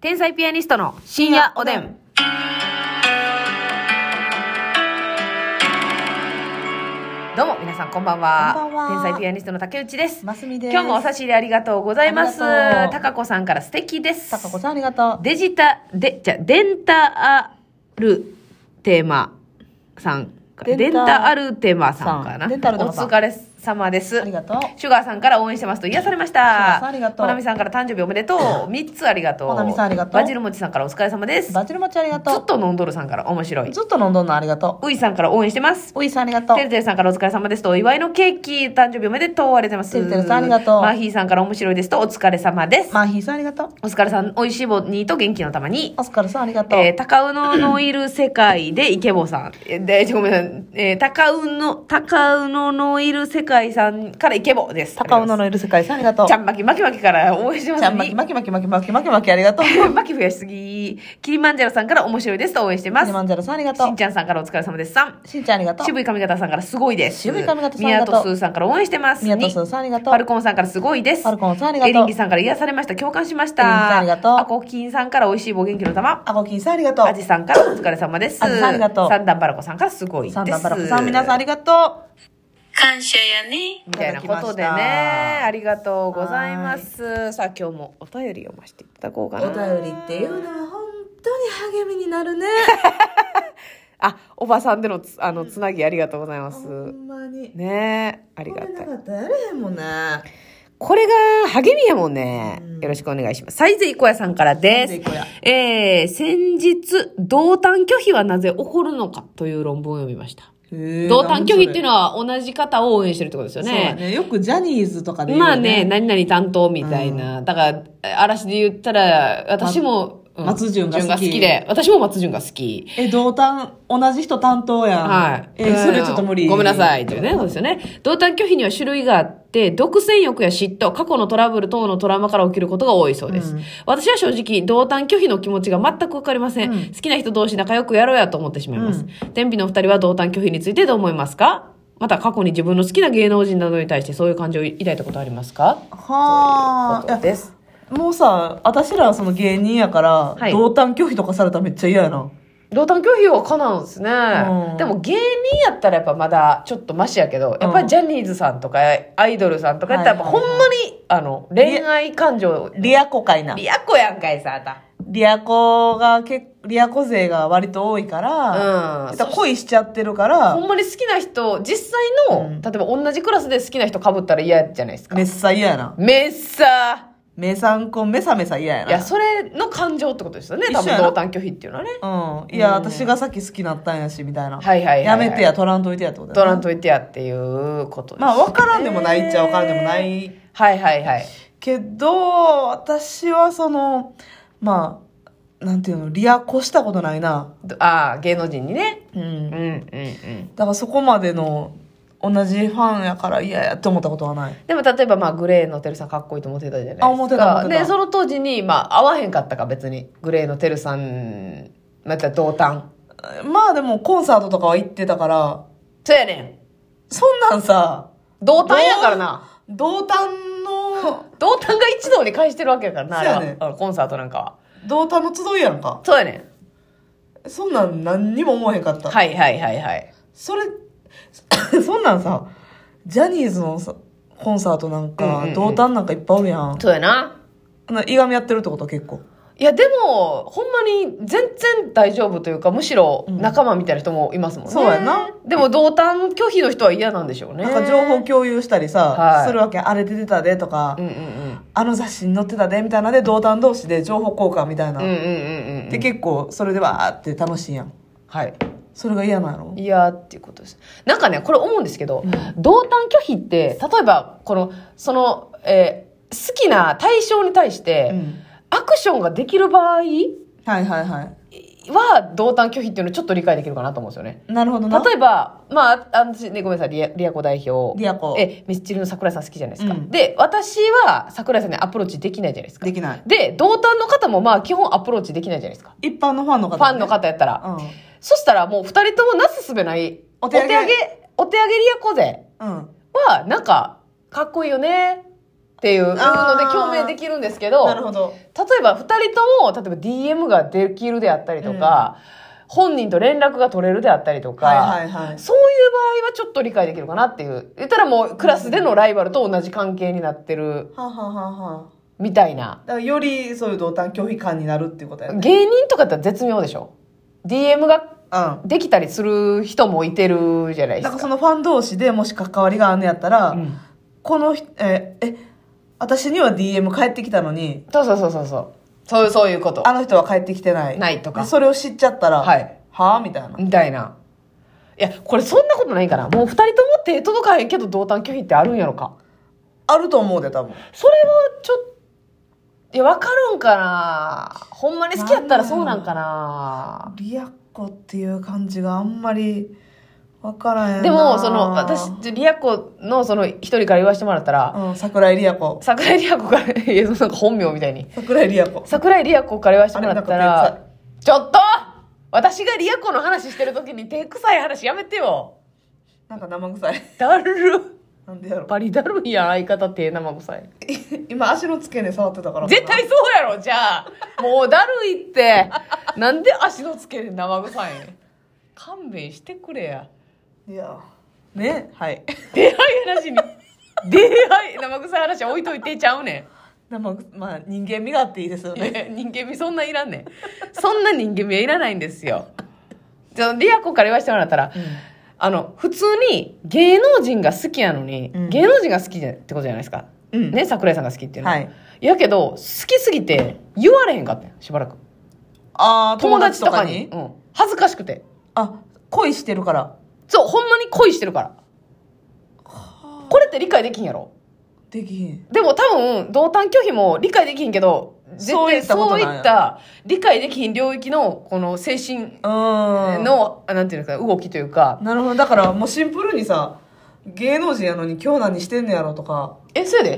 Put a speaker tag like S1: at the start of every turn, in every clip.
S1: 天才ピアニストの深夜おでん。どうも皆さんこんばんは。
S2: こんばんは
S1: 天才ピアニストの竹内です。
S2: ますみです。
S1: 今日もお差し入れありがとうございます。
S2: ありがとう
S1: たかこさんから素敵です。
S2: たかこさんありがとう。
S1: デジタ、で、じゃ、デンタアルテーマさんか。
S2: デンタ
S1: デンタアルテーマさんかな。
S2: さんデンタアルテ
S1: お
S2: ーマさん
S1: 疲れ様です。
S2: ありがとう。
S1: シュガーさんから応援してますと癒されました。シ
S2: ュガーさんありがと
S1: ほ
S2: う
S1: なみさんから誕生日おめでとう。3つあり がとう。
S2: ほなみさんありがとう
S1: バジルモチさんからお疲れ様です。ず
S2: バチルもちありが
S1: っ
S2: と
S1: と飲んどるさんから面白
S2: う。
S1: い。
S2: ずっと飲んどんのありがと
S1: ういさんから応援してます。
S2: う。おいさんありがとう
S1: て。るてるさんからお疲れ様ですと、お祝いのケーキ、誕生日おめでとう。ありがとうございます。
S2: てるてるさんありがとう
S1: マーヒーさんから面白いですと、お疲れ様です。
S2: マーヒーさんありがとう。
S1: お疲れさん、おいしいぼにと元気の玉に。
S2: オスカルさんありがとう。
S1: えー、高尾ののいる世界でイケボさん。えーで、ごめんなさい。えー、高尾の、高尾ののいる世界さんからイケボです。
S2: 高尾ののいる世界さんありがとう。
S1: ちゃんまきまきまきから応援してます
S2: ちゃんまきまきまきまきまきまきまきあり がとう。キ
S1: まき増やしすぎ。キリマンジャロさんから面白いですと応援してます
S2: リ。マンジャロさんありがと
S1: しん
S2: う
S1: ち。ゃんさんからお疲れ様です。さん。
S2: しんちゃんありがとう。
S1: 渋い髪型さんからすごいです。
S2: 渋い髪型さんあり
S1: 宮
S2: がとう
S1: 戸すーさんから応援してます。
S2: 宮戸す
S1: に
S2: ーさんありがとう
S1: ファルコンさんからすごいです。
S2: ファルコンさんありがとう
S1: エリンギさんから癒されました。共感しました。
S2: エリンギさんありがとう
S1: アコキンさんから美味しい棒元気の玉。
S2: あごきんさんありがとう
S1: あ。じさんからお疲れ様です。
S2: あじさんありがとう
S1: 三段バラコさんからすごいです。
S2: サンダーバラコさん皆さんありがと
S3: 感謝やね。
S1: みたいなことでね、
S2: いただきました
S1: ありがとうございます。さあ今日もお便り読ませていただこうか
S2: う。
S1: な。
S2: お便りっていうのは本当に励みになるね。
S1: あ、おばさんでのつ、あの、つなぎありがとうございます。
S2: ほんまに。
S1: ねえ、あり
S2: こ
S1: が
S2: れ
S1: た。
S2: ないかったらやれへんもんね。
S1: これが励みやもんね。
S2: うん
S1: よろしくお願いします。サイゼイコヤさんからで
S2: サ
S1: す
S2: イゼイコヤ。
S1: えー、先日、同担拒否はなぜ起こるのかという論文を読みました。同担拒否っていうの
S2: は
S1: は同じ方を応援してるってことですよ
S2: そうだね。よくジャニーズとかで言うよ
S1: まあね、何々担当みたいな。だから、嵐で言ったら、私も、うん
S2: 松潤が好き
S1: 松で、私も松潤が好き。
S2: え、同担、同じ人担当やん。
S1: はい。
S2: え、それちょっと無理。
S1: ごめんなさい。というね、そうですよね。同担拒否には種類があって、独占欲や嫉妬、過去のトラブル等のトラウマから起きることが多いそうです。私は正直、同担拒否の気持ちが全くわかりません,、好きな人同士仲良くやろうやと思ってしまいます。天秤のお二人は同担拒否についてどう思いますかまた過去に自分の好きな芸能人などに対してそういう感情を抱いたことありますか
S2: は
S1: こと
S2: あ。
S1: です。
S2: いやもうさ、私らはその芸人やから、
S1: はい
S2: 同担拒否とかされたらめっちゃ嫌やな。
S1: 同担拒否はかなんですね、
S2: うん
S1: でも芸人やったらやっぱまだちょっとマシやけどやっぱりジャニーズさんとかアイドルさんとかやったらやっぱ
S2: はい
S1: ほん
S2: はいはい
S1: まにあの恋愛感情
S2: リアコ会な。
S1: リア子やんかいさあんた
S2: リアコが結リアコ勢が割と多いから、
S1: うん
S2: だから恋しちゃってるか
S1: ほ
S2: ら、
S1: んまに好きな人実際の、
S2: うん
S1: 例えば同じクラスで好きな人かぶったら嫌じゃないですか
S2: めっさ嫌やな。
S1: めっさ
S2: めさんこめさめさ嫌や
S1: い
S2: な。
S1: やそれの感情ってことですよね
S2: 一
S1: 多
S2: 緒
S1: 分
S2: やな
S1: 同担拒否っていうのはね
S2: うん。いや、
S1: うん
S2: 私がさっき好きなったんやし、みたいな。
S1: はいはいはい
S2: や
S1: はい
S2: めてや、取らんといてやってこと
S1: 取
S2: や
S1: ら
S2: な。
S1: んといてやっていうことです、
S2: まあ、わからんでもないっちゃわからんでもない
S1: はいはいはい
S2: けど私はそのまあなんていうのリアコしたことないな、
S1: どああ芸能人にね
S2: う、
S1: うんん
S2: だ
S1: うんうん
S2: からそこまでの同じファンやから嫌やって思ったことはない
S1: でも例えばまあグレーのテルさんかっこいいと思ってたじゃないですか。
S2: あ思ってた思ってた
S1: で、その当時にまあ合わへんかったか別に。グレーのテルさん、また同担。
S2: まあでもコンサートとかは行ってたから
S1: そうやねん。
S2: そんなんさ
S1: 同担やからな。
S2: 同担の
S1: 同担が一堂に会してるわけやからな、あれは
S2: そうやね
S1: あのコンサートなんかは。
S2: 同担の集いやんか
S1: そうやね
S2: そんなん何にも思わへんかった、
S1: ん。はいはいはいはい。
S2: それ そんなんさジャニーズのさコンサートなんか、
S1: うんうんうん
S2: 同担なんかいっぱいおるやん
S1: そうやな。
S2: いがみやってるってこと結構
S1: いやでも、ほんまに全然大丈夫というか、むしろ仲間みたいな人もいますもんね。
S2: そうやな。
S1: でも同担拒否の人は嫌なんでしょうね。
S2: なんか情報共有したりさ、
S1: はい
S2: するわけあれ出てたでとか、
S1: うんうんうん。
S2: あの雑誌に載ってたでみたいなので同担同士で情報交換みたいな、
S1: うんうんうんうん。
S2: で結構それでわーって楽しいやん
S1: はい。
S2: それが嫌なの
S1: いやーっていうことです。なんかね、これ思うんですけど、同担拒否って、例えば、この、その、えー好きな対象に対して、
S2: うん
S1: アクションができる場合
S2: はいはいはい
S1: は、同担拒否っていうのをちょっと理解できるかなと思うんですよね。
S2: なるほどな
S1: 例えば、まあ、あの、私ね、ごめんなさい、リアリア子代表。
S2: リア子
S1: え、ミスチルの桜井さん好きじゃないですか。
S2: うん
S1: で、私は桜井さんにアプローチできないじゃないですか
S2: で。きない
S1: で、同担の方もまあ、基本アプローチできないじゃないですか。
S2: 一般のファンの方、ね、
S1: ファンの方やったら。そしたらもう二人ともなすすべない。
S2: お手上
S1: お
S2: げ
S1: 手上げ、お手上げリアコ勢
S2: うんうん
S1: は、なんか、かっこいいよね。っていうので
S2: あー
S1: 共鳴できるんですけど
S2: なるほど。
S1: 例えば2人とも例えば DM ができるであったりとか、本人と連絡が取れるであったりとか、
S2: はいはいはい。
S1: そういう場合はちょっと理解できるかなっていう言ったらもうクラスでのライバルと同じ関係になってる
S2: はあはあはあはあ
S1: みたいな
S2: だからよりそういう同担拒否感になるっていうことやね。
S1: 芸人とかだったら絶妙でしょ DM が
S2: うん。な
S1: できたりする人もいてるじゃないですか
S2: んかそのファン同士でもし関わりがあんねやったら、
S1: うん
S2: この人、え、え、私には DM 返ってきたのに、
S1: そうそうそうそうそうそうそういうこと
S2: あの人は帰ってきてない。
S1: ないとか
S2: でそれを知っちゃったら、
S1: はい。
S2: はあみたいな。
S1: みたいないやこれそんなことないからもう2人とも手届かへんけど同担拒否ってあるんやろか
S2: あると思うで、多分。
S1: それはちょっいや分かるんかなほんまに好きやったらそうなんかな
S2: リアコっていう感じがあんまりわからへんな
S1: でもその私リア子のその一人から言わせてもらったら、
S2: うん、桜井リアコ。
S1: 桜井リア子からいやそのなんか本名みたいに
S2: 桜井リアコ。
S1: 桜井リア子から言わせてもらった
S2: あれなんから
S1: ちょっと私がリア子の話してる時に手臭い話やめてよ
S2: なんか生臭い。
S1: だる
S2: なんでやろ。
S1: バリだるいやん相方手生臭い
S2: 今足の付け根触ってたから。
S1: 絶対そうやろじゃあもうだるいってなんで足の付け根生臭いん勘弁してくれや
S2: いや。ねはい。
S1: 出会い話に出会い生臭い話置いといてちゃうね
S2: 生臭まあ人間味があっていいですよ
S1: んい
S2: ね。
S1: や人間味そんないらんねんそんな人間味はいらないんですよじゃあリア子から言わせてもらったら、あの普通に芸能人が好きやのに、
S2: うん
S1: 芸能人が好きじゃってことじゃないですか、
S2: うん
S1: ね桜井さんが好きっていうの
S2: はい
S1: やけど好きすぎて言われへんかったよしばらく
S2: ああ、
S1: 友達とかにうん、恥ずかしくて
S2: あ、恋してるから。
S1: そうほんまに恋してるからこれって理解できんやろ
S2: できひん。
S1: でも多分同担拒否も理解できひんけど絶
S2: そうい
S1: 対
S2: ったこ
S1: そ
S2: と
S1: う
S2: な
S1: んい
S2: や
S1: った理解できひん領域のこの精神
S2: うーん。
S1: の、あなんていうんですか動きというか
S2: なるほど。だからもうシンプルにさ、芸能人やのに今日何してんねやろとか、
S1: えそれで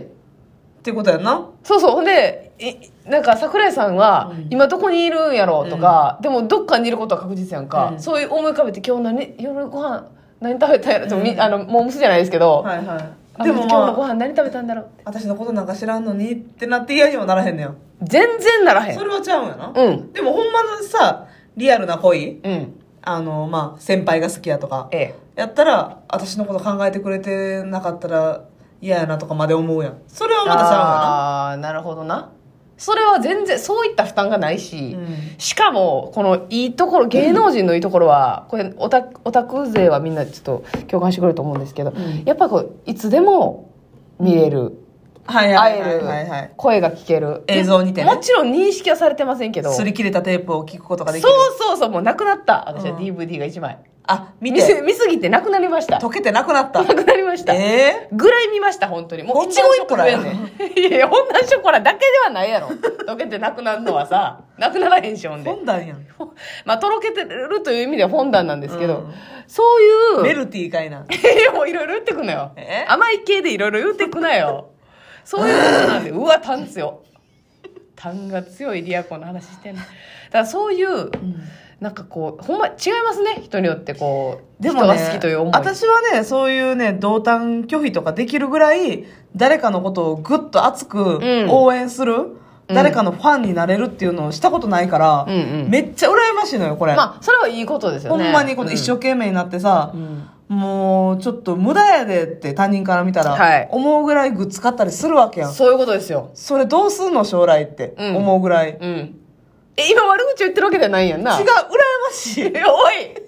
S2: ってことやんな。
S1: そうそうほんでいなんか桜井さんは
S2: うん
S1: 今どこにいるんやろうとか、でもどっかにいることは確実やんか、
S2: うん
S1: そういう思い浮かべて今日何夜ご飯何食べたんやろ、うみあのもうむすじゃないですけど、
S2: はいはい。
S1: で
S2: で
S1: も、
S2: も
S1: 今日の
S2: ま
S1: ご
S2: あ、
S1: 飯何食べたんだろう
S2: 私のことなんか知らんのにってなって嫌にもならへんねや。
S1: 全然ならへん
S2: それはちゃうんやな。
S1: うん
S2: でもほんまのさ、リアルな恋、
S1: うん
S2: あの、まあ、先輩が好きやとか、
S1: ええ
S2: やったら、私のこと考えてくれてなかったら嫌やなとかまで思うやん。それはまたちゃ
S1: ああーなるほどなそれは全然そういった負担がないし、
S2: うんやな。うん。
S1: しかもこのいいところ芸能人のいいところは、これオタオタク勢はみんなちょっと共感してくれると思うんですけど、
S2: ん
S1: やっぱこういつでも見れる、
S2: はいは
S1: 会
S2: い
S1: え
S2: はい
S1: る、
S2: はい、はい。
S1: 声が聞ける
S2: 映像にてね
S1: もちろん認識はされてませんけど
S2: 擦
S1: そう
S2: り切れたテープを聞くことができる。
S1: そうそうもうなくなった私は
S2: うん
S1: DVD が1枚、
S2: あ、見
S1: 見す
S2: て。
S1: 見すぎてなくなりました
S2: 溶けてなくなった
S1: な。くなりました
S2: ええ
S1: ぐらい見ました本当にもう
S2: フォン
S1: 一
S2: ダン
S1: 期
S2: シ
S1: 一
S2: ョコ
S1: 会や
S2: ラ
S1: ねんいやいや本ンショコラだけではないやろ溶けてなくなるのは さなくならへんしほんで
S2: 本だやん。
S1: まあとろけてるという意味ではフォンダンなんですけど、
S2: うん
S1: そういう
S2: メルティーかいな。
S1: いやもういろいろ言ってくなよ
S2: え
S1: 甘い系でいろいろ言ってくなよそういうことなんでうわタン強タンが強いリアコの話してんのだからそういうなんかこうほんま違いますね人によってこう
S2: でも、
S1: 人
S2: ね、
S1: が好きという思い
S2: 私はね、そういうね、同担拒否とかできるぐらい、誰かのことをぐっと熱く
S1: うん
S2: 応援する、誰かのファンになれるっていうのをしたことないから、
S1: うんうん
S2: めっちゃ羨ましいのよ、これ。
S1: まあそれはいいことですよ
S2: ほ
S1: ね
S2: んまにこの
S1: うん
S2: 一生懸命になってさ、
S1: うん
S2: もうちょっと無駄やでって他人から見たら、
S1: はい
S2: 思うぐらいグッズ買ったりするわけやん。
S1: そういうことですよ。
S2: それどうすんの将来って
S1: うん
S2: 思うぐらい。違う、
S1: うん。え、今悪口言ってるわけじゃないやんな。
S2: 羨ましい。
S1: えおい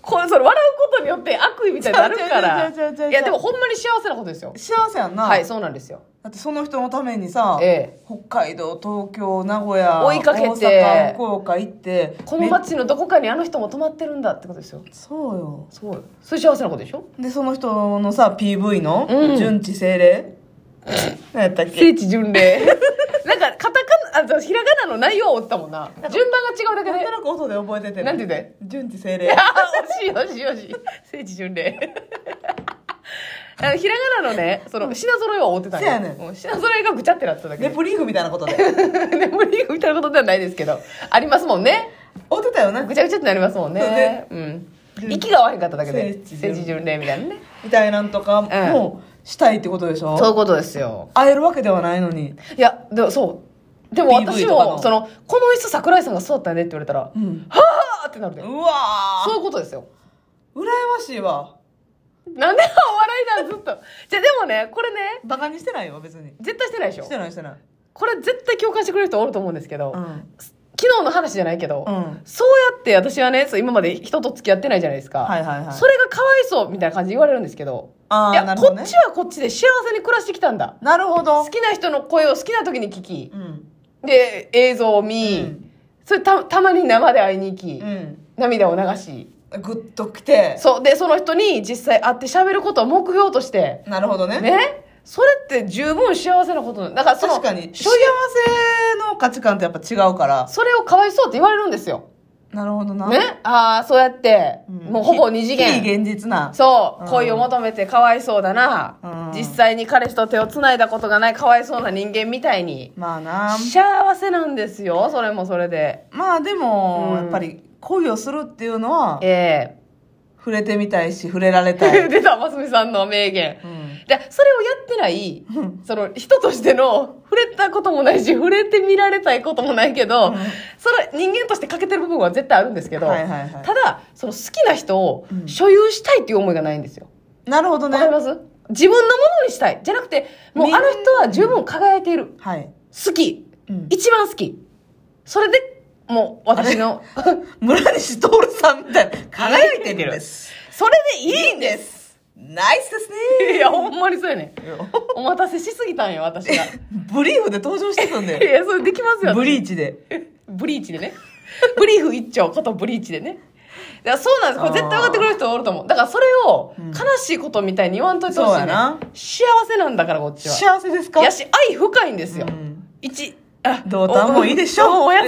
S1: これ、それ笑うことによって悪意みたいになるから。
S2: 違う違う違う違う違う
S1: いや、でもほんまに幸せなことですよ。
S2: 幸せやんな。
S1: はい、そうなんですよ。
S2: だってその人のためにさ、
S1: え
S2: 北海道東京名古屋
S1: 追いかけて
S2: 大阪福岡行って
S1: この
S2: め
S1: 街のどこかにあの人も泊まってるんだってことですよ。
S2: そうよ
S1: そうよ。それ幸せなことでしょ
S2: でその人のさ PV の
S1: うん
S2: 純知精霊、何やったっけ
S1: 聖地巡礼。 なんか、カタカナ、あ、ひらがなの内容はおったもんな。順番が違うだけ
S2: なんと
S1: で。
S2: なく音で覚えてて
S1: なんて言って
S2: 純知精霊
S1: あ惜しい惜しい惜しい。聖地巡礼。あのひらがなのね、その、品揃えは追ってた
S2: そうやねん
S1: うん品揃えがぐちゃってなっただけで
S2: レプリーフみたいなことで
S1: でもリーグみたいなことではないですけど、ありますもんね。
S2: 追ってたよな
S1: ぐちゃぐちゃってなりますもん
S2: そう
S1: ね
S2: ね。
S1: うん。息が合わへんかっただけで、
S2: 聖地巡礼
S1: 政治巡礼みたいなね。
S2: みたいなんとかも、したいってことでし
S1: そういう
S2: ょ
S1: ことですよ。
S2: 会えるわけではないのに。
S1: いや、でもそう。でも
S2: PV
S1: 私
S2: とか
S1: も、
S2: の
S1: その、この椅子桜井さんが座ったねって言われたら、
S2: うん。
S1: あーってなるで。
S2: うわ
S1: そう
S2: ー
S1: いうことですよ。
S2: 羨ましいわ。
S1: なんでお笑いなんずっと。じゃ、でもね、これね、
S2: バカにしてないよ、別に。
S1: 絶対してないでしょ
S2: してないしてない。
S1: これ絶対共感してくれる人おると思うんですけど、
S2: うん。
S1: 昨日の話じゃないけど、
S2: うん。
S1: そうやって私はね、そう今まで人と付き合ってないじゃないですか。
S2: はいはいはい。
S1: それがかわいそうみたいな感じで言われるんですけど、
S2: あ
S1: い
S2: あ、
S1: や、
S2: なるほ
S1: こ
S2: どね
S1: っち。はこっちで幸せに暮らしてきたんだ。
S2: なるほど
S1: 好。きな人の声を好きな時に聞き
S2: う、ん。
S1: で、映像を見、
S2: うん
S1: それたたまに生で会いに行き、
S2: うん。
S1: 涙を流し、
S2: グッときて。
S1: そう、で、その人に実際会って喋ることを目標として、
S2: なるほどね。
S1: ね、それって十分幸せなことなだからその
S2: 確かに。
S1: 所
S2: 幸
S1: 有
S2: せの価値観ってやっぱ違うから。
S1: それをかわいそうって言われるんですよ。
S2: なるほどな。
S1: ね、ああ、そうやって、
S2: ん
S1: もうほぼ二次元。
S2: 非非現実な。
S1: そう、
S2: うん
S1: 恋を求めてかわいそうだな、
S2: うん
S1: 実際に彼氏と手をつないだことがないかわいそうな人間みたいに、
S2: まあな。
S1: 幸せなんですよそれもそれで
S2: まあでも、
S1: うん
S2: やっぱり恋をするっていうのは、
S1: え
S2: 触れてみたいし、触れられ
S1: え
S2: たい。
S1: 出たますみさんの名言
S2: うん。
S1: でそれをやってないその人としての触れたこともないし触れてみられたいこともないけど、
S2: うん
S1: それ人間として欠けてる部分は絶対あるんですけど、
S2: はいはいは
S1: ただその好きな人を
S2: うん
S1: 所有したいっていう思いがないんですよ
S2: い。なるほどね
S1: わか。ります自分のものにしたいじゃなくてもう
S2: みん
S1: あの人は十分輝いている
S2: はい。
S1: 好き
S2: うん
S1: 一番好きそれでもう私 の
S2: 村西徹さんみたいな。輝いてるんです。
S1: それでいいんです
S2: ナイスです
S1: い
S2: ね。
S1: やほんまにそうやねお待たせしすぎたんよ 私がい
S2: ブリーフで登場してく んで。
S1: やそれできますよ
S2: ブリ
S1: チ
S2: ーチで。
S1: ブリーチでね。ブリーフ一丁ことブリーチでね。だからそうなんです。これ絶対分かってくれる人おると思う。だからそれを
S2: うん
S1: 悲しいことみたいに言わんといてほしい、
S2: そう
S1: ね
S2: やな
S1: 幸せなんだからこっちは。
S2: 幸せですか
S1: やし、愛深いんですよ。
S2: うん
S1: 一、あ
S2: 同担もいいでしょう
S1: おお優